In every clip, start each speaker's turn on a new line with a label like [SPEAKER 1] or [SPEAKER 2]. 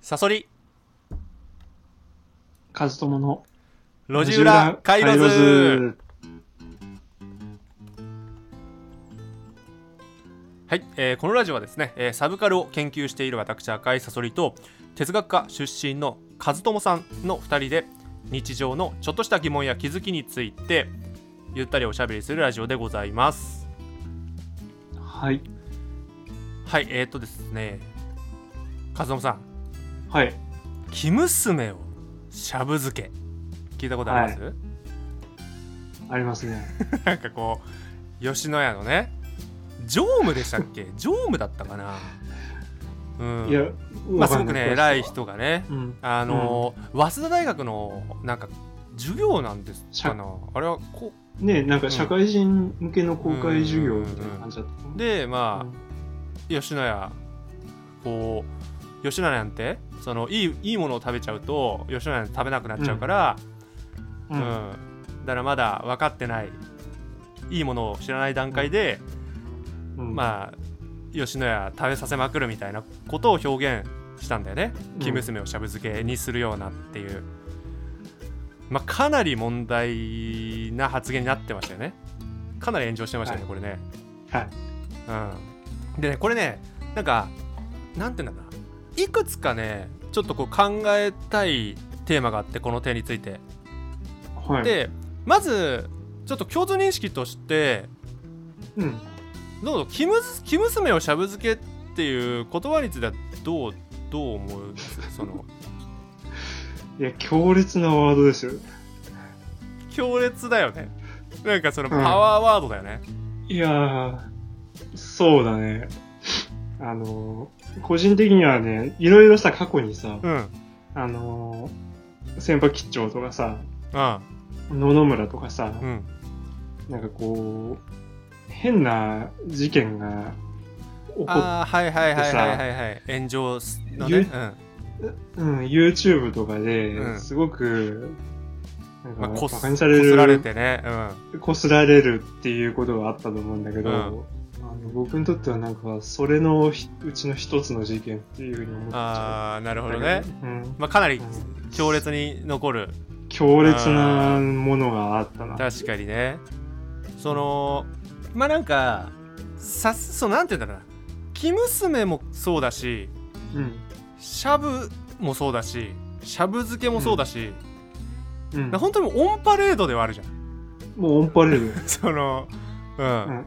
[SPEAKER 1] サソリ、
[SPEAKER 2] カズトモの
[SPEAKER 1] 路地裏、カイロズはい、えーこのラジオはですね、えーサブカルを研究している私赤井サソリと哲学科出身の和友さんの2人で日常のちょっとした疑問や気づきについてゆったりおしゃべりするラジオでございます
[SPEAKER 2] はい
[SPEAKER 1] はいえー、とですね和友さん
[SPEAKER 2] はい
[SPEAKER 1] 「生娘をしゃぶ漬け」聞いたことあります、
[SPEAKER 2] ありますね
[SPEAKER 1] なんかこう吉野家のね常務でしたっけ常務だったかなうん
[SPEAKER 2] いや
[SPEAKER 1] まあ
[SPEAKER 2] わ
[SPEAKER 1] す
[SPEAKER 2] か
[SPEAKER 1] ご
[SPEAKER 2] ん
[SPEAKER 1] く
[SPEAKER 2] な
[SPEAKER 1] ね
[SPEAKER 2] 詳しくは
[SPEAKER 1] 偉い人がね
[SPEAKER 2] うん
[SPEAKER 1] あのー早稲田大学のなんか授業なんですかなあれはこ
[SPEAKER 2] ねなんか社会人向けの公開授業みたいな感じだった
[SPEAKER 1] う
[SPEAKER 2] で
[SPEAKER 1] でまあ吉野家こう吉野家なんてそのいいいいものを食べちゃうと吉野家なんて食べなくなっちゃうから、
[SPEAKER 2] う
[SPEAKER 1] うん
[SPEAKER 2] ん
[SPEAKER 1] だからまだ分かってないいいものを知らない段階で、
[SPEAKER 2] うんあ
[SPEAKER 1] まあ吉野家食べさせまくるみたいなことを表現したんだよね「
[SPEAKER 2] うん
[SPEAKER 1] 生娘をしゃぶ漬けにするような」っていう、まあ、かなり問題な発言になってましたよねかなり炎上してましたよね、
[SPEAKER 2] は
[SPEAKER 1] これね、
[SPEAKER 2] はい
[SPEAKER 1] うん、でねこれねなんかなんていうんだろうないくつかねちょっとこう考えたいテーマがあってこの点について
[SPEAKER 2] はい
[SPEAKER 1] でまずちょっと共通認識として
[SPEAKER 2] うん
[SPEAKER 1] どうぞ「生む生娘をしゃぶ漬け」っていう言葉についてはどうどう思うんですそ の
[SPEAKER 2] いや強烈なワードですよ
[SPEAKER 1] 強烈だよねなんかその
[SPEAKER 2] う
[SPEAKER 1] パ
[SPEAKER 2] ん
[SPEAKER 1] ワーワードだよね、
[SPEAKER 2] いやー、そうだね。あのー、個人的にはね、いろいろさ、過去にさ、
[SPEAKER 1] うん、うん
[SPEAKER 2] あのー、先輩吉兆とかさ、野々村とかさ、
[SPEAKER 1] うん
[SPEAKER 2] なんかこう、変な事件が起こっ
[SPEAKER 1] ああはいはいはいはいはいはい炎上すのね、
[SPEAKER 2] ゆ
[SPEAKER 1] うん、
[SPEAKER 2] うん、YouTube とか
[SPEAKER 1] うん
[SPEAKER 2] で、すごく、
[SPEAKER 1] まあ、
[SPEAKER 2] なんか、
[SPEAKER 1] こ
[SPEAKER 2] バ
[SPEAKER 1] す
[SPEAKER 2] カにされ
[SPEAKER 1] こすられ
[SPEAKER 2] る、
[SPEAKER 1] てねうん
[SPEAKER 2] こすられるっていうことがあったと思うんだけど、
[SPEAKER 1] うん
[SPEAKER 2] あの僕にとってはなんか、それのひうちの一つの事件っていうふうに思っちゃう。
[SPEAKER 1] ああなるほどね、
[SPEAKER 2] うん、
[SPEAKER 1] まあ、かなり
[SPEAKER 2] うん
[SPEAKER 1] 強烈に残る
[SPEAKER 2] 強烈なものがあったな。
[SPEAKER 1] 確かにねそのまあなんかさすそうなんて言うんだろうな「生娘」もそうだし
[SPEAKER 2] うん。
[SPEAKER 1] しゃぶもそうだししゃぶ漬けもそうだし、
[SPEAKER 2] うん、
[SPEAKER 1] 本当にオンパレードではあるじゃん
[SPEAKER 2] もうオンパレードよ。
[SPEAKER 1] そのうん、
[SPEAKER 2] うん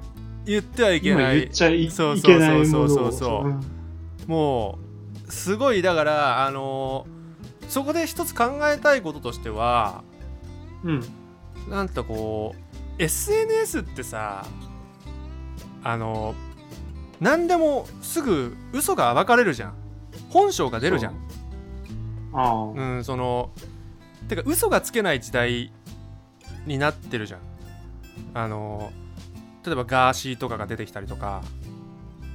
[SPEAKER 1] 言ってはいけ
[SPEAKER 2] 今
[SPEAKER 1] な
[SPEAKER 2] 言っ
[SPEAKER 1] い
[SPEAKER 2] ちゃい
[SPEAKER 1] そう
[SPEAKER 2] い
[SPEAKER 1] そうそう
[SPEAKER 2] けないものを。
[SPEAKER 1] そうそうもうすごいだからあのーそこで一つ考えたいこととしては
[SPEAKER 2] うん。うん。
[SPEAKER 1] なんとこう SNS ってさあのー何でもすぐ嘘が暴かれるじゃん本性が出るじゃん
[SPEAKER 2] ああ、うん。
[SPEAKER 1] うん、そのてか嘘がつけない時代になってるじゃんあの例えばガーシーとかが出てきたりとか、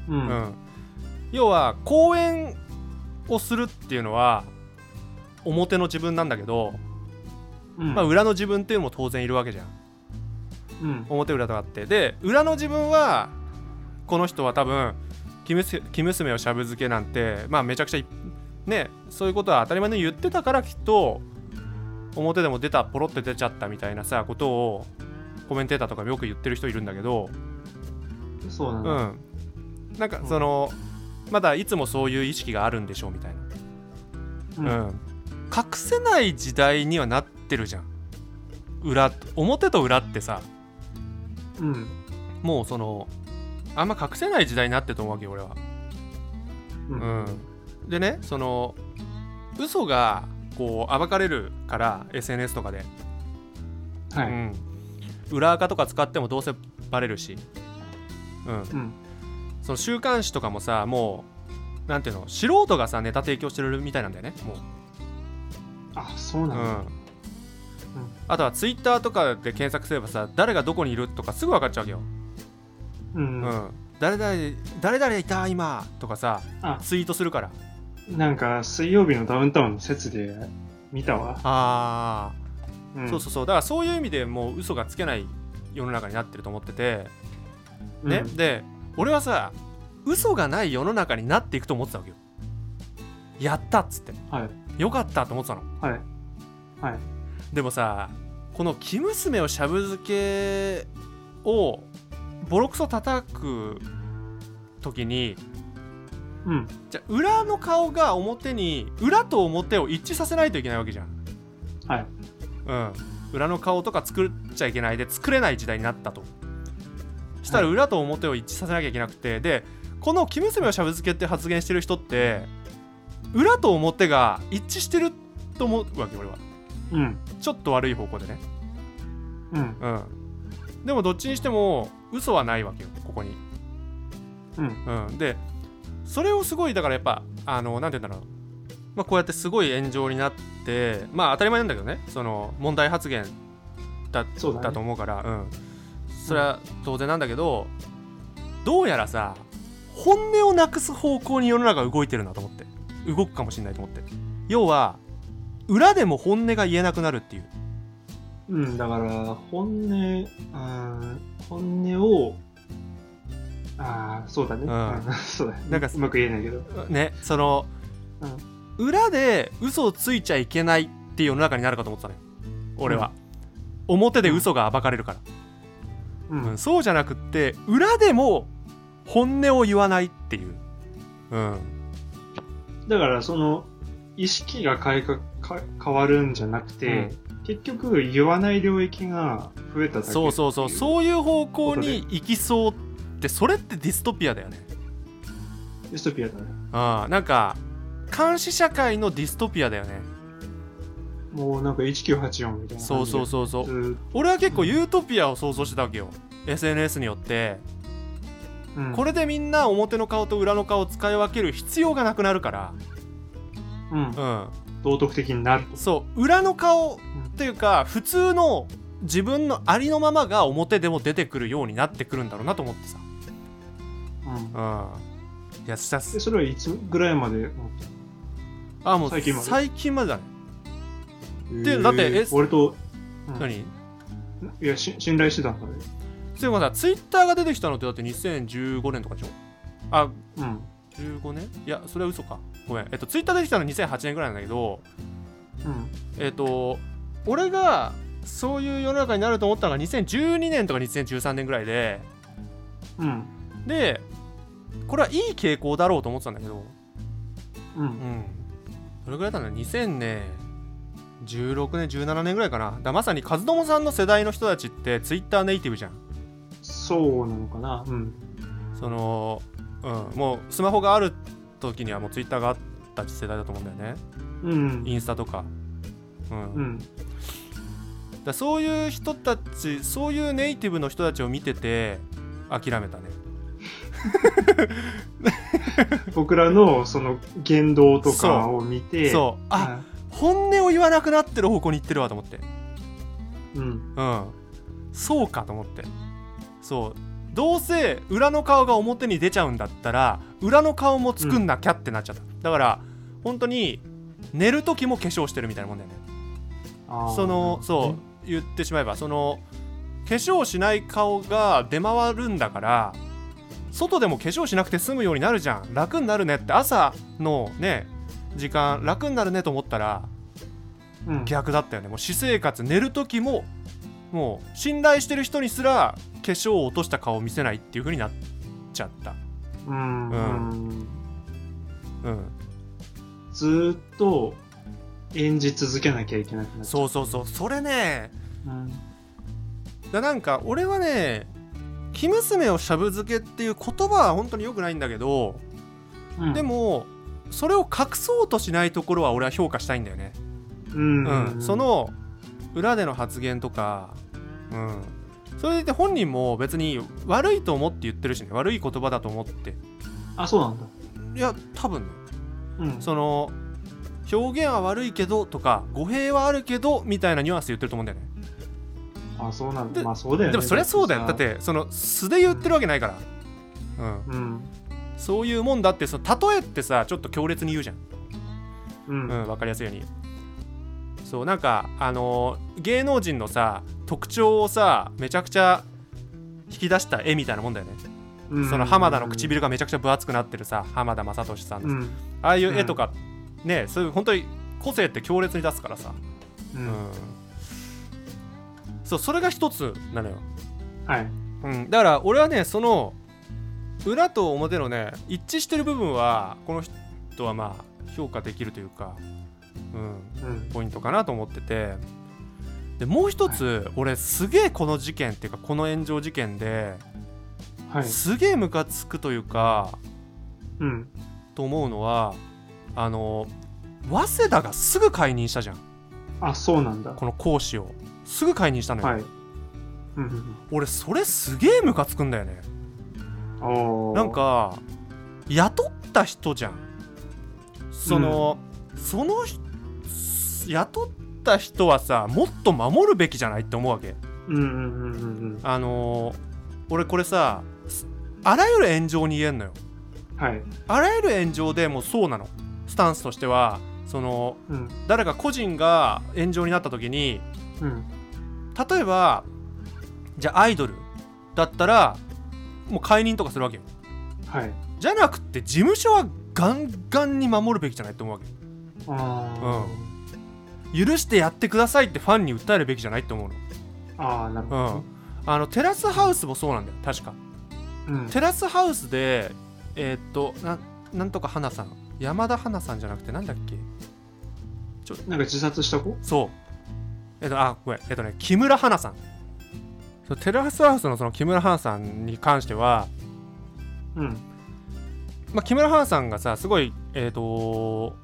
[SPEAKER 1] うん要は講演をするっていうのは表の自分なんだけど、
[SPEAKER 2] うん。
[SPEAKER 1] まあ、裏の自分っていうのも当然いるわけじゃん
[SPEAKER 2] うん。
[SPEAKER 1] 表裏とかあってで裏の自分はこの人は多分生娘生娘をしゃぶ漬けなんてまあめちゃくちゃいねそういうことは当たり前に言ってたからきっと表でも出たポロって出ちゃったみたいなさことをコメンテーターとかよく言ってる人いるんだけど
[SPEAKER 2] そうだ
[SPEAKER 1] う
[SPEAKER 2] ね。
[SPEAKER 1] んなんかそのまだいつもそういう意識があるんでしょうみたいな
[SPEAKER 2] う
[SPEAKER 1] うん、隠せない時代にはなってるじゃん裏表と裏ってさ
[SPEAKER 2] うん。
[SPEAKER 1] もうそのあんま隠せない時代になってると思うわけよ俺は。
[SPEAKER 2] う。
[SPEAKER 1] うんん、でねその嘘がこう暴かれるから SNS とかで、
[SPEAKER 2] は
[SPEAKER 1] う
[SPEAKER 2] い。
[SPEAKER 1] ん、裏垢とか使ってもどうせバレるし、うん、
[SPEAKER 2] うん。
[SPEAKER 1] その週刊誌とかもさもうなんていうの素人がさネタ提供してるみたいなんだよねもう
[SPEAKER 2] あ、そうなん
[SPEAKER 1] う
[SPEAKER 2] だ。
[SPEAKER 1] んあとはツイッターとかで検索すればさ誰がどこにいるとかすぐ分かっちゃうわけよ、
[SPEAKER 2] う。
[SPEAKER 1] うんん誰々誰々いた今とかさ
[SPEAKER 2] あ
[SPEAKER 1] ツイートするから
[SPEAKER 2] なんか、水曜日のダウンタウンの説で見たわ。
[SPEAKER 1] ああ
[SPEAKER 2] うん。
[SPEAKER 1] そうそうそうだからそういう意味でもう嘘がつけない世の中になってると思ってて、
[SPEAKER 2] うん
[SPEAKER 1] ね、で俺はさ嘘がない世の中になっていくと思ってたわけよやったっつって
[SPEAKER 2] はい。
[SPEAKER 1] よかったと思ってたの
[SPEAKER 2] はい。はい。
[SPEAKER 1] でもさこの「生娘」をしゃぶ漬けをボロクソ叩く時に
[SPEAKER 2] うん。
[SPEAKER 1] じゃあ裏の顔が表に裏と表を一致させないといけないわけじゃん
[SPEAKER 2] はい
[SPEAKER 1] うん裏の顔とか作っちゃいけないで作れない時代になったとしたら裏と表を一致させなきゃいけなくてでこの「生娘をしゃぶ漬け」って発言してる人って裏と表が一致してると思うわけ俺は
[SPEAKER 2] うん。
[SPEAKER 1] ちょっと悪い方向でね
[SPEAKER 2] うん。
[SPEAKER 1] うん、でもどっちにしても嘘はないわけよここに、
[SPEAKER 2] うん。
[SPEAKER 1] うん、でそれをすごいだからやっぱあのなんて言うんだろう、まあ、こうやってすごい炎上になってまあ当たり前なんだけどねその問題発言だ
[SPEAKER 2] そうだね
[SPEAKER 1] だと思うから、うん、それは当然なんだけどどうやらさ本音をなくす方向に世の中動いてるなと思って動くかもしれないと思って要は裏でも本音が言えなくなるっていう
[SPEAKER 2] うん。だから、本音、あー本音を、ああ、そうだね。
[SPEAKER 1] うん
[SPEAKER 2] うん そうだね。
[SPEAKER 1] なんか
[SPEAKER 2] うまく言えないけど。
[SPEAKER 1] ねその、裏で嘘をついちゃいけないっていう世の中になるかと思ってたね俺は、表で嘘が暴かれるから、
[SPEAKER 2] う
[SPEAKER 1] うん
[SPEAKER 2] ん。
[SPEAKER 1] そうじゃなくって裏でも本音を言わないっていううん
[SPEAKER 2] だから、その、意識が変えかか変わるんじゃなくて、結局、言わない領域が増えただけってい
[SPEAKER 1] そうそうそう
[SPEAKER 2] う。
[SPEAKER 1] そういう方向に行きそうってそれってディストピアだよね
[SPEAKER 2] ディストピアだね。
[SPEAKER 1] あなんか監視社会のディストピアだよね
[SPEAKER 2] もうなんか1984みたいな。
[SPEAKER 1] そうそうそうそう
[SPEAKER 2] う。ずーっ
[SPEAKER 1] 俺は結構ユートピアを想像してたわけよ SNS によって
[SPEAKER 2] とうん
[SPEAKER 1] これでみんな表の顔と裏の顔を使い分ける必要がなくなるから、
[SPEAKER 2] うん。
[SPEAKER 1] う
[SPEAKER 2] 道徳的になる
[SPEAKER 1] ん、そう裏の顔っていうか普通の自分のありのままが表でも出てくるようになってくるんだろうなと思ってさ、
[SPEAKER 2] と。うん。
[SPEAKER 1] うん、いやさ
[SPEAKER 2] でそれはいつぐらいまで思った
[SPEAKER 1] あもう最
[SPEAKER 2] 最
[SPEAKER 1] 近
[SPEAKER 2] 近
[SPEAKER 1] ま
[SPEAKER 2] ま
[SPEAKER 1] で
[SPEAKER 2] で
[SPEAKER 1] だね、でだってえ
[SPEAKER 2] 俺と、うん
[SPEAKER 1] 何
[SPEAKER 2] いやし信頼してたんだね
[SPEAKER 1] そういうことさツイッターが出てきたのってだって2015年とかでしょあ
[SPEAKER 2] うん
[SPEAKER 1] 15年いやそれは嘘かごめんえっとツイッター出てきたの2008年ぐらいなんだけど
[SPEAKER 2] うん
[SPEAKER 1] えっと俺がそういう世の中になると思ったのが2012年とか2013年ぐらいで
[SPEAKER 2] うん
[SPEAKER 1] でこれはいい傾向だろうと思ってたんだけど、
[SPEAKER 2] う
[SPEAKER 1] うんん、どれぐらいだったんだ2000年16年17年ぐらいかなだからまさに和友さんの世代の人たちってツイッターネイティブじゃん
[SPEAKER 2] そうなのかなうん
[SPEAKER 1] その、うん、もうスマホがある時にはもうツイッターがあった世代だと思うんだよね
[SPEAKER 2] うん
[SPEAKER 1] インスタとか,、うん
[SPEAKER 2] うん
[SPEAKER 1] だからそういう人たちそういうネイティブの人たちを見てて諦めたね
[SPEAKER 2] 僕らのその言動とかを見て
[SPEAKER 1] そうあ
[SPEAKER 2] あ
[SPEAKER 1] 本音を言わなくなってる方向に行ってるわと思って
[SPEAKER 2] うん
[SPEAKER 1] うんそうかと思ってそうどうせ裏の顔が表に出ちゃうんだったら裏の顔も作んなきゃってなっちゃった、だから本当に寝る時も化粧してるみたいなもんだよね
[SPEAKER 2] あー
[SPEAKER 1] そのそう言ってしまえばその化粧しない顔が出回るんだから外でも化粧しなくて済むようになるじゃん楽になるねって朝のね時間楽になるねと思ったら
[SPEAKER 2] うん
[SPEAKER 1] 逆だったよねもう私生活寝る時ももう信頼してる人にすら化粧を落とした顔を見せないっていう風になっちゃった
[SPEAKER 2] うん
[SPEAKER 1] うん
[SPEAKER 2] うん
[SPEAKER 1] うん
[SPEAKER 2] ずーっと演じ続けなきゃいけなくなっちゃ
[SPEAKER 1] そうそうそうそれね
[SPEAKER 2] ううん
[SPEAKER 1] だなんか俺はね「生娘をしゃぶ漬け」っていう言葉は本当に良くないんだけど
[SPEAKER 2] うん
[SPEAKER 1] でもそれを隠そうとしないところは俺は評価したいんだよね、
[SPEAKER 2] うん
[SPEAKER 1] うん、その裏での発言とか、うん、それでいて本人も別に悪いと思って言ってるしね悪い言葉だと思って
[SPEAKER 2] あそうなんだ
[SPEAKER 1] いや多分ね
[SPEAKER 2] うん
[SPEAKER 1] その表現は悪いけどとか語弊はあるけどみたいなニュアンスで言ってると思うんだよね
[SPEAKER 2] あそうなん
[SPEAKER 1] で
[SPEAKER 2] だまあそうだよね
[SPEAKER 1] でもそりゃそうだよだっ
[SPEAKER 2] さ
[SPEAKER 1] てその素で言ってるわけないから、うん、
[SPEAKER 2] うん
[SPEAKER 1] そういうもんだってその例えってさちょっと強烈に言うじゃん
[SPEAKER 2] う
[SPEAKER 1] うんん、分かりやすいようにそうなんかあのー芸能人のさ特徴をさめちゃくちゃ引き出した絵みたいなもんだよね、
[SPEAKER 2] うん
[SPEAKER 1] その浜田の唇がめちゃくちゃ分厚くなってるさ浜田雅功さんの、
[SPEAKER 2] うん
[SPEAKER 1] ああいう絵とかねそういう本当に個性って強烈に出すからさ、
[SPEAKER 2] う
[SPEAKER 1] うん
[SPEAKER 2] ん。
[SPEAKER 1] そうそれが一つなのよ、
[SPEAKER 2] はい。
[SPEAKER 1] うん、だから俺はねその裏と表のね一致してる部分はこの人はまあ評価できるというか、うん、
[SPEAKER 2] うん。
[SPEAKER 1] ポイントかなと思っててでもう一つ、俺すげえこの事件っていうかこの炎上事件で、
[SPEAKER 2] はい。
[SPEAKER 1] すげえムカつくというか
[SPEAKER 2] うん。
[SPEAKER 1] と思うのはあの早稲田がすぐ解任したじゃん
[SPEAKER 2] あ、そうなんだ。
[SPEAKER 1] この講師をすぐ解任したのよ、
[SPEAKER 2] はい。うん
[SPEAKER 1] 俺それすげえムカつくんだよね
[SPEAKER 2] うん。おー
[SPEAKER 1] なん、か雇った人じゃんその、その人雇った人はさもっと守るべきじゃないって思うわけ
[SPEAKER 2] うんうんうんうんうん。
[SPEAKER 1] あのー俺これさすあらゆる炎上に言えんのよ
[SPEAKER 2] はい。
[SPEAKER 1] あらゆる炎上でもうそうなのスタンスとしてはその
[SPEAKER 2] うん。
[SPEAKER 1] 誰か個人が炎上になった時に
[SPEAKER 2] うん。
[SPEAKER 1] 例えばじゃあアイドルだったらもう解任とかするわけよ
[SPEAKER 2] はい。
[SPEAKER 1] じゃなくて事務所はガンガンに守るべきじゃないって思うわ
[SPEAKER 2] あー
[SPEAKER 1] け許してやってくださいってファンに訴えるべきじゃないって思う
[SPEAKER 2] あー、なるほ
[SPEAKER 1] のう
[SPEAKER 2] ど
[SPEAKER 1] ん。あのテラスハウスもそうなんだよ確か
[SPEAKER 2] うん。
[SPEAKER 1] テラスハウスでえーっとななんとか花さん山田花さんじゃなくてなんだっけ
[SPEAKER 2] なんか自殺した子
[SPEAKER 1] そうえっとあごめんえっとね木村花さんそうテラスハウスのその木村花さんに関しては、
[SPEAKER 2] うん。
[SPEAKER 1] まあ、木村花さんがさすごいえーっと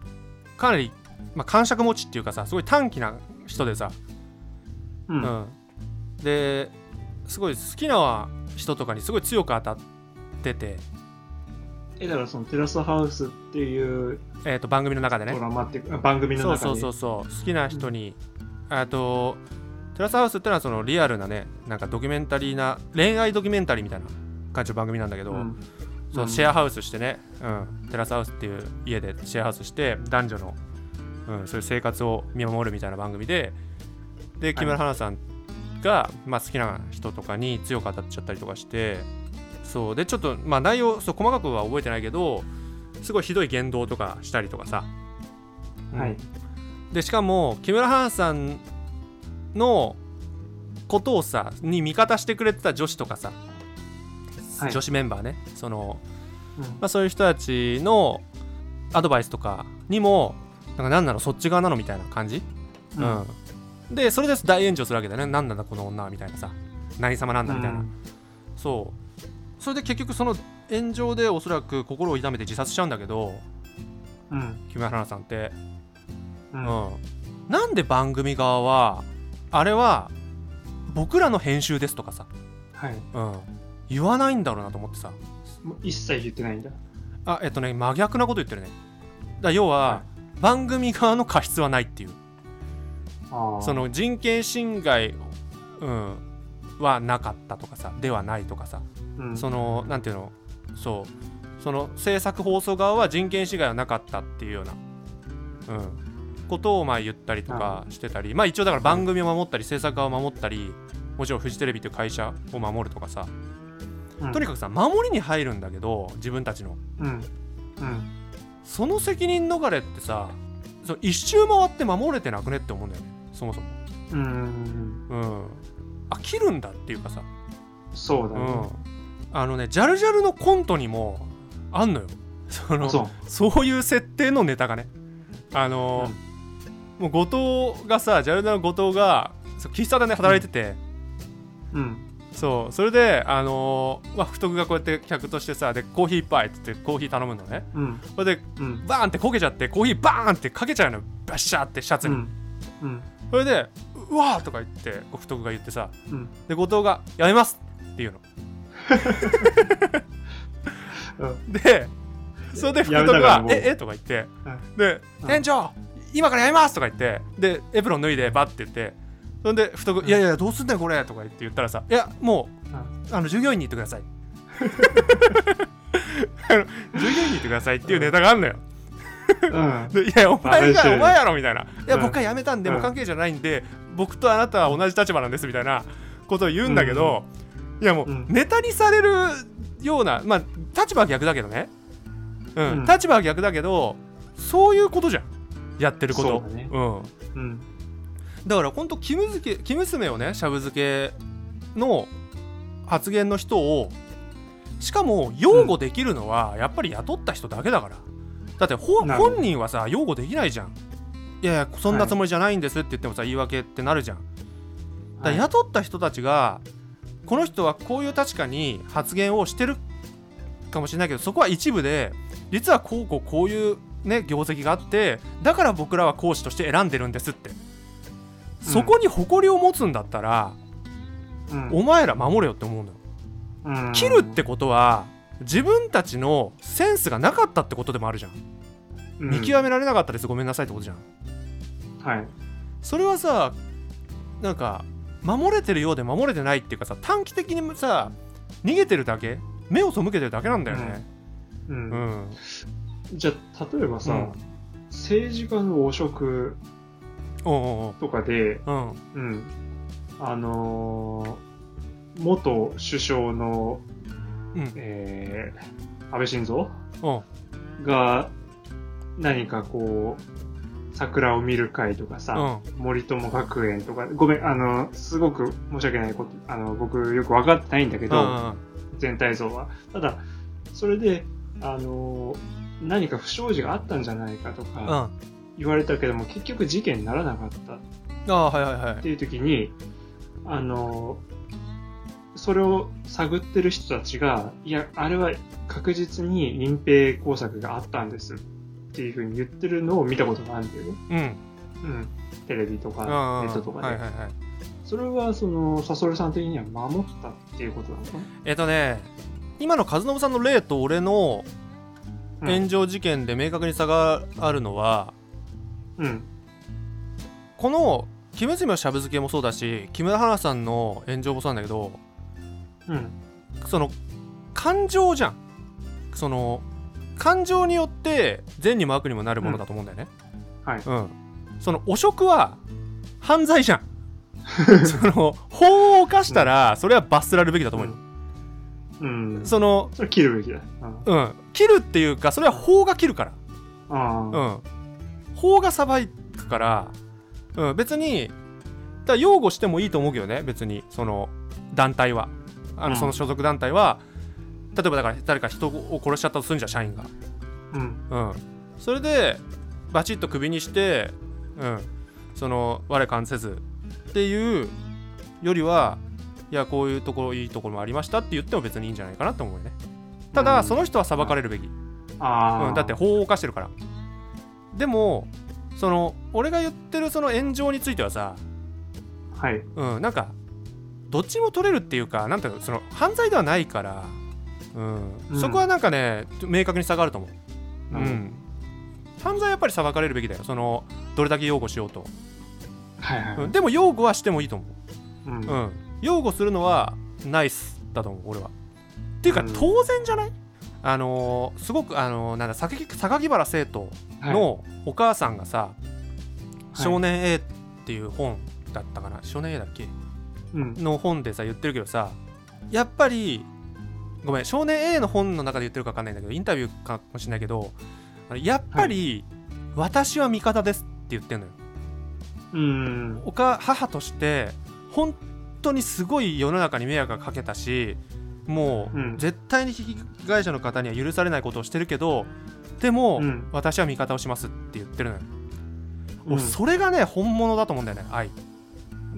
[SPEAKER 1] かなり、まあ、感触持ちっていうかさすごい短気な人でさ、
[SPEAKER 2] う。
[SPEAKER 1] うんんですごい好きな人とかにすごい強く当たってて、
[SPEAKER 2] え、だからそのテラスハウスっていう
[SPEAKER 1] えーっと番組の中でね
[SPEAKER 2] ドラマっていうか、番組の
[SPEAKER 1] そう
[SPEAKER 2] 中で。
[SPEAKER 1] そうそうそう好きな人に、あとテラスハウスってのはそのリアルなねなんかドキュメンタリーな恋愛ドキュメンタリーみたいな感じの番組なんだけど、
[SPEAKER 2] うん
[SPEAKER 1] そう
[SPEAKER 2] うん
[SPEAKER 1] シェアハウスしてね、うん、テラスハウスっていう家でシェアハウスして男女の、うん、そういう生活を見守るみたいな番組でで木村花さんが、まあ、好きな人とかに強く当たっちゃったりとかしてそうでちょっと、まあ、内容そう細かくは覚えてないけどすごいひどい言動とかしたりとかさ、うん
[SPEAKER 2] はい。
[SPEAKER 1] でしかも木村花さんのことをさに味方してくれてた女子とかさ、
[SPEAKER 2] はい
[SPEAKER 1] 女子メンバーねその、
[SPEAKER 2] うん
[SPEAKER 1] まあ、そういう人たちのアドバイスとかにもなんか何なのそっち側なのみたいな感じ、
[SPEAKER 2] う
[SPEAKER 1] うん
[SPEAKER 2] ん
[SPEAKER 1] でそれで大炎上するわけだよね何なんだこの女はみたいなさ何様なんだみたいな、そうそれで結局その炎上でおそらく心を痛めて自殺しちゃうんだけど
[SPEAKER 2] うん。
[SPEAKER 1] 木村花さんって
[SPEAKER 2] うん。
[SPEAKER 1] うん、なんで番組側はあれは僕らの編集ですとかさ、
[SPEAKER 2] はい。
[SPEAKER 1] うん、言わないんだろうなと思ってさ
[SPEAKER 2] もう一切言ってないんだ。
[SPEAKER 1] あえっとね真逆なこと言ってるねだから要は、
[SPEAKER 2] は
[SPEAKER 1] 番組側の過失はないっていう
[SPEAKER 2] ああ。
[SPEAKER 1] その人権侵害、うん、はなかったとかさではないとかさ
[SPEAKER 2] うん、
[SPEAKER 1] そのなんていうのそうその制作放送側は人権侵害はなかったっていうような、うん、ことをまあ言ったりとかしてたり、まあ一応だから番組を守ったり制作側を守ったりもちろんフジテレビという会社を守るとかさ
[SPEAKER 2] うん
[SPEAKER 1] とにかくさ守りに入るんだけど自分たちの
[SPEAKER 2] うん。うん。
[SPEAKER 1] その責任逃れってさそう一周回って守れてなくねって思うんだよねそもそも、
[SPEAKER 2] うん。
[SPEAKER 1] うん、飽きるんだっていうかさ、
[SPEAKER 2] そうだ
[SPEAKER 1] う
[SPEAKER 2] ね。
[SPEAKER 1] ん、あのねジャルジャルのコントにもあんのよその
[SPEAKER 2] あそう。
[SPEAKER 1] そういう設定のネタがねあのーもう後藤がさジャルダの後藤がそう喫茶店で働いてて、
[SPEAKER 2] うん。
[SPEAKER 1] そうそれであのーまあ、福徳がこうやって客としてさでコーヒー一杯っつってコーヒー頼むのね
[SPEAKER 2] うん。
[SPEAKER 1] それで
[SPEAKER 2] うん。
[SPEAKER 1] バーンってこけちゃってコーヒーバーンってかけちゃうのバッシャーってシャツ
[SPEAKER 2] う
[SPEAKER 1] に、
[SPEAKER 2] ん。うん。
[SPEAKER 1] それで「うわー!」とか言ってこう福徳が言ってさ
[SPEAKER 2] うん。
[SPEAKER 1] で後藤が「やめます!」って言うの
[SPEAKER 2] うん
[SPEAKER 1] でそれで福
[SPEAKER 2] やめ
[SPEAKER 1] 徳
[SPEAKER 2] たから
[SPEAKER 1] が
[SPEAKER 2] も
[SPEAKER 1] 「
[SPEAKER 2] う
[SPEAKER 1] ええとか言って
[SPEAKER 2] は
[SPEAKER 1] で「
[SPEAKER 2] うん
[SPEAKER 1] 店長今からやります!」とか言ってでエプロン脱いでバッて言ってそんで太く
[SPEAKER 2] う
[SPEAKER 1] 「
[SPEAKER 2] ん
[SPEAKER 1] いやいやどうすんだよこれ」とか言って言ったらさ「いやもう あの従業員に言ってく ださい」あの従業員に言ってくださいっていうネタがあるのよ。
[SPEAKER 2] うん。
[SPEAKER 1] でいやお前
[SPEAKER 2] バカにし
[SPEAKER 1] が
[SPEAKER 2] て
[SPEAKER 1] お
[SPEAKER 2] る
[SPEAKER 1] 前やろみたいな「いや
[SPEAKER 2] うん
[SPEAKER 1] 僕は辞めたんで
[SPEAKER 2] うん
[SPEAKER 1] もう関係じゃないんで僕とあなたは同じ立場なんです」みたいなことを言うんだけど、いやもう
[SPEAKER 2] うん
[SPEAKER 1] ネタにされるようなまあ立場は逆だけどね、うん
[SPEAKER 2] うん
[SPEAKER 1] 立場は逆だけどそういうことじゃんやってるこ
[SPEAKER 2] そう
[SPEAKER 1] と
[SPEAKER 2] だね
[SPEAKER 1] うん
[SPEAKER 2] うん。
[SPEAKER 1] だから本当キム漬けキム娘をねシャブ漬けの発言の人をしかも擁護できるのはやっぱり雇った人だけだから、だってほ
[SPEAKER 2] なるほど
[SPEAKER 1] 本人はさ擁護できないじゃんいやいやそんなつもりじゃないんですって言ってもさ言い訳ってなるじゃんだから
[SPEAKER 2] はい
[SPEAKER 1] 雇った人たちがこの人はこういう確かに発言をしてるかもしれないけどそこは一部で実はこうこうこういうね業績があってだから僕らは講師として選んでるんですってそこに誇りを持つんだったら、お前ら守れよって思うのよ
[SPEAKER 2] うん、
[SPEAKER 1] 切るってことは自分たちのセンスがなかったってことでもあるじゃん
[SPEAKER 2] うん
[SPEAKER 1] 見極められなかったですごめんなさいってことじゃん
[SPEAKER 2] はい。
[SPEAKER 1] それはさなんか守れてるようで守れてないっていうかさ短期的にさ逃げてるだけ目を背けてるだけなんだよね
[SPEAKER 2] う。
[SPEAKER 1] うんん
[SPEAKER 2] じゃあ、例えばさ、
[SPEAKER 1] うん
[SPEAKER 2] 政治家の汚職
[SPEAKER 1] おう
[SPEAKER 2] とかで、
[SPEAKER 1] おうおううん
[SPEAKER 2] うん。あのー元首相の、
[SPEAKER 1] うん
[SPEAKER 2] えー、安倍晋三
[SPEAKER 1] おう
[SPEAKER 2] が、何かこう、桜を見る会とかさ、
[SPEAKER 1] うん
[SPEAKER 2] 森友学園とか、ごめん、あの、すごく申し訳ないこと、あの、僕よく分かってないんだけ
[SPEAKER 1] う
[SPEAKER 2] ど、
[SPEAKER 1] ん
[SPEAKER 2] 全体像は。ただ、それで、あのー何か不祥事があったんじゃないかと
[SPEAKER 1] うん
[SPEAKER 2] か言われたけども、結局事件にならなかったっ
[SPEAKER 1] ああはいはいはい
[SPEAKER 2] ていう時に、あのーそれを探ってる人たちが、いや、あれは確実に隠蔽工作があったんですっていうふうに言ってるのを見たことがあるんだよね。
[SPEAKER 1] うん
[SPEAKER 2] うん。テレビとか、
[SPEAKER 1] うん
[SPEAKER 2] ネ
[SPEAKER 1] うん
[SPEAKER 2] ットとかで。
[SPEAKER 1] はいはいはい
[SPEAKER 2] それは、その、サソルさん的には守ったっていうことなのか
[SPEAKER 1] えっとね今の和信さんの例と俺の
[SPEAKER 2] な
[SPEAKER 1] 炎上事件で明確に差があるのは、
[SPEAKER 2] うん。
[SPEAKER 1] この「キム娘のしゃぶ漬け」もそうだし木村花さんの炎上もそうなんだけど
[SPEAKER 2] うん。
[SPEAKER 1] その感情じゃんその感情によって善にも悪にもなるものだと思うんだよね、
[SPEAKER 2] うんはい
[SPEAKER 1] うん、その汚職は犯罪じゃん その法を犯したらそれは罰せられるべきだと思うよ、
[SPEAKER 2] うん。うん。
[SPEAKER 1] その
[SPEAKER 2] それ切るべきだ。うん
[SPEAKER 1] うん切るっていうかそれは法が切るから
[SPEAKER 2] ああ。
[SPEAKER 1] うん、法が裁くから、うん、別にだから擁護してもいいと思うけどね別にその団体はあの、
[SPEAKER 2] うん
[SPEAKER 1] その所属団体は例えばだから誰か人を殺しちゃったとするんじゃん社員が、
[SPEAKER 2] うん。
[SPEAKER 1] うん、それでバチッとクビにして、うん、その我関せずっていうよりはいやこういうところいいところもありましたって言っても別にいいんじゃないかなと思うよねただ、
[SPEAKER 2] うん
[SPEAKER 1] その人は裁かれるべき
[SPEAKER 2] ああ。
[SPEAKER 1] うん、だって法を犯してるからでもその俺が言ってるその炎上についてはさ、
[SPEAKER 2] はい。
[SPEAKER 1] うん、なんかどっちも取れるっていうかなんていうのその犯罪ではないから、うん
[SPEAKER 2] うん
[SPEAKER 1] そこはなんかねちょ明確に差があると思う、う
[SPEAKER 2] うん
[SPEAKER 1] 犯罪はやっぱり裁かれるべきだよそのどれだけ擁護しようと、
[SPEAKER 2] はいはい。
[SPEAKER 1] うん、でも擁護はしてもいいと思
[SPEAKER 2] うん
[SPEAKER 1] う、うん、擁護するのはナイスだと思う俺はっていうか
[SPEAKER 2] うん
[SPEAKER 1] 当然じゃない、あのーすごくあのーなんだ榊榊原生徒
[SPEAKER 2] はい
[SPEAKER 1] のお母さんがさ「
[SPEAKER 2] い
[SPEAKER 1] 少年 A」っていう本だったかな少年 A だっけ
[SPEAKER 2] うん。
[SPEAKER 1] の本でさ言ってるけどさやっぱりごめん少年 A の本の中で言ってるか分かんないんだけどインタビューかもしれないけどあのやっぱり「私は味方です」って言ってるのよ。
[SPEAKER 2] うん。
[SPEAKER 1] おか母として本当にすごい世の中に迷惑がかけたしも
[SPEAKER 2] う
[SPEAKER 1] うん絶対に被害者の方には許されないことをしてるけどでも、
[SPEAKER 2] うん
[SPEAKER 1] 私は味方をしますって言ってるのよ。
[SPEAKER 2] うん
[SPEAKER 1] 俺それがね本物だと思うんだよね愛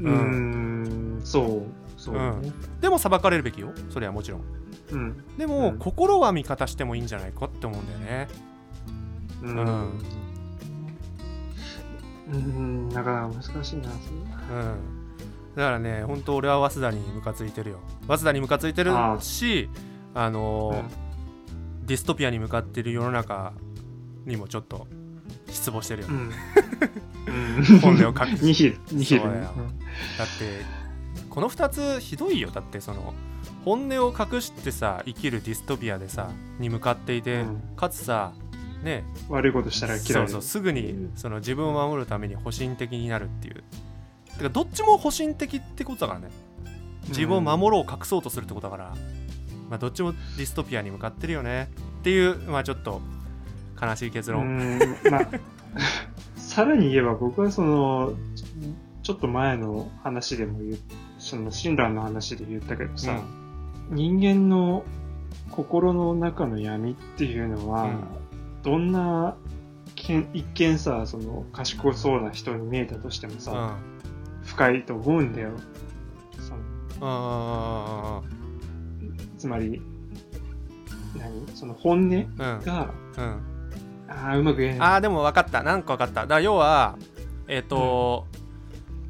[SPEAKER 2] うん。そう。そうだね。
[SPEAKER 1] でも裁かれるべきよそれはもちろん
[SPEAKER 2] うん。
[SPEAKER 1] でも、
[SPEAKER 2] うん
[SPEAKER 1] 心は味方してもいいんじゃないかって思うんだよね
[SPEAKER 2] う
[SPEAKER 1] うん
[SPEAKER 2] ん。うん。なかなか難しいな。それ
[SPEAKER 1] うんだからね本当俺は早稲田にムカついてるよ早稲田にムカついてる
[SPEAKER 2] あー
[SPEAKER 1] しあのー
[SPEAKER 2] うん
[SPEAKER 1] ディストピアに向かってる世の中にもちょっと失望してるよ、
[SPEAKER 2] う
[SPEAKER 1] だ
[SPEAKER 2] ん。
[SPEAKER 1] 本音を隠 す
[SPEAKER 2] ニヒル。ニヒル
[SPEAKER 1] そうだ
[SPEAKER 2] ね
[SPEAKER 1] よ。ってこの2つひどいよだってその本音を隠してさ生きるディストピアでさに向かっていて、
[SPEAKER 2] うん
[SPEAKER 1] かつさね
[SPEAKER 2] 悪いことしたら嫌い
[SPEAKER 1] そうそうすぐにその自分を守るために保身的になるっていうてかどっちも保身的ってことだからね自分を守ろう隠そうとするってことだから、まあ、どっちもディストピアに向かってるよねっていうまあちょっと悲しい結
[SPEAKER 2] うー
[SPEAKER 1] 論、
[SPEAKER 2] んまあさらに言えば僕はそのちちょっと前の話でも言うその親鸞の話で言ったけどさ、人間の心の中の闇っていうのは、どんなけん一見さその賢そうな人に見えたとしても
[SPEAKER 1] うんうん
[SPEAKER 2] さ、深いと思うんだよその
[SPEAKER 1] あ
[SPEAKER 2] つまり何その本音
[SPEAKER 1] ーうん
[SPEAKER 2] が
[SPEAKER 1] うん
[SPEAKER 2] あーうまく言えない
[SPEAKER 1] あーでも分かったなんか分かっただから要はえっ、と、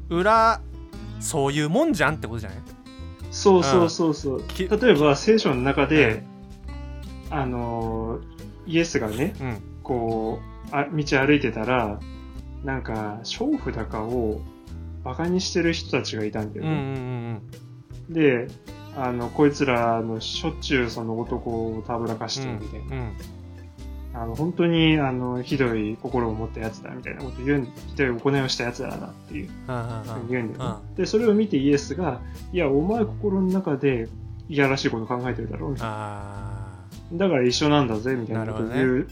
[SPEAKER 1] 裏そういうもんじゃんってことじゃない
[SPEAKER 2] そうそうそうそう
[SPEAKER 1] き
[SPEAKER 2] 例えば聖書の中で、あのーイエスがね
[SPEAKER 1] うん
[SPEAKER 2] こうあ道歩いてたらなんか娼婦だかをバカにしてる人たちがいたんだ
[SPEAKER 1] うん
[SPEAKER 2] よ
[SPEAKER 1] うん
[SPEAKER 2] ね、で、あの、こいつらのしょっちゅうその男をたぶらかしてるみたい
[SPEAKER 1] うんうんうん
[SPEAKER 2] な、あの、本当に、あの、ひどい心を持ったやつだみたいなこと言うん、ひどい行いをしたやつだなっていう、
[SPEAKER 1] あーあーあー
[SPEAKER 2] 言うんだよね
[SPEAKER 1] あ
[SPEAKER 2] で、それを見てイエスが、いや、お前心の中で、いやらしいこと考えてるだろうみたい
[SPEAKER 1] あ
[SPEAKER 2] な。だから一緒なんだぜ、みたいなことを言
[SPEAKER 1] な
[SPEAKER 2] う。
[SPEAKER 1] ー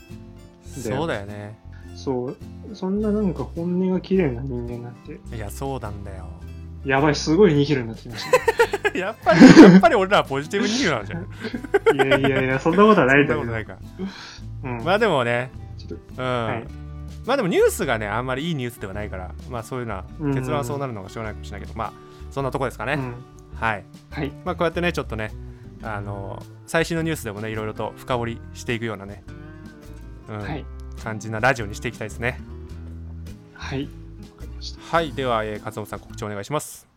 [SPEAKER 2] だよ
[SPEAKER 1] そうだよね
[SPEAKER 2] そう。そんななんか本音が綺麗な人間なんて、
[SPEAKER 1] いやそうなんだよ
[SPEAKER 2] やばい、すごいニヒルになってきまし た。
[SPEAKER 1] やっぱ りやっぱり俺らはポジティブニューなんじゃん
[SPEAKER 2] いやい やいや、そんなことは
[SPEAKER 1] そ
[SPEAKER 2] ない
[SPEAKER 1] ん
[SPEAKER 2] ん
[SPEAKER 1] な
[SPEAKER 2] だけ
[SPEAKER 1] こ
[SPEAKER 2] ど
[SPEAKER 1] と。ないか
[SPEAKER 2] うん。
[SPEAKER 1] まあでもね
[SPEAKER 2] ちょっと、
[SPEAKER 1] うん、
[SPEAKER 2] はい。
[SPEAKER 1] まあでもニュースがねあんまりいいニュースではないからまあそういうのは
[SPEAKER 2] うん
[SPEAKER 1] 結論はそうなるのかしょうがないかもしれないけどまあそんなとこですかね、
[SPEAKER 2] うん。
[SPEAKER 1] はい
[SPEAKER 2] はい。
[SPEAKER 1] まあこうやってねちょっとねあの最新のニュースでもねいろいろと深掘りしていくようなね、うん
[SPEAKER 2] はい。
[SPEAKER 1] 感じなラジオにしていきたいですね
[SPEAKER 2] はい。わかりました。
[SPEAKER 1] はいでは、えー、勝本さん告知お願いします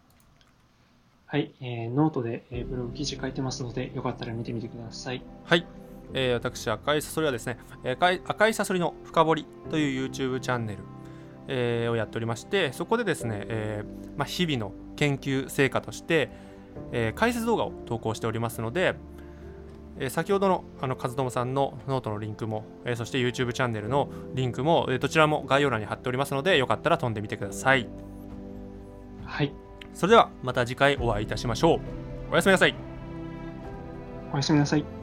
[SPEAKER 2] はい、えー、ノートで、えーブログ記事書いてますので、よかったら見てみてください。
[SPEAKER 1] はい、えー私赤いサソリはですねえー赤い赤いサソリの深掘りという YouTube チャンネル、えーをやっておりましてそこでですね、えーまあ、日々の研究成果として、えー解説動画を投稿しておりますので、えー先ほどのあの和友さんのノートのリンクも、えーそして YouTube チャンネルのリンクも、えーどちらも概要欄に貼っておりますのでよかったら飛んでみてください
[SPEAKER 2] はい、
[SPEAKER 1] それではまた次回お会いいたしましょうおやすみなさい
[SPEAKER 2] おやすみなさい。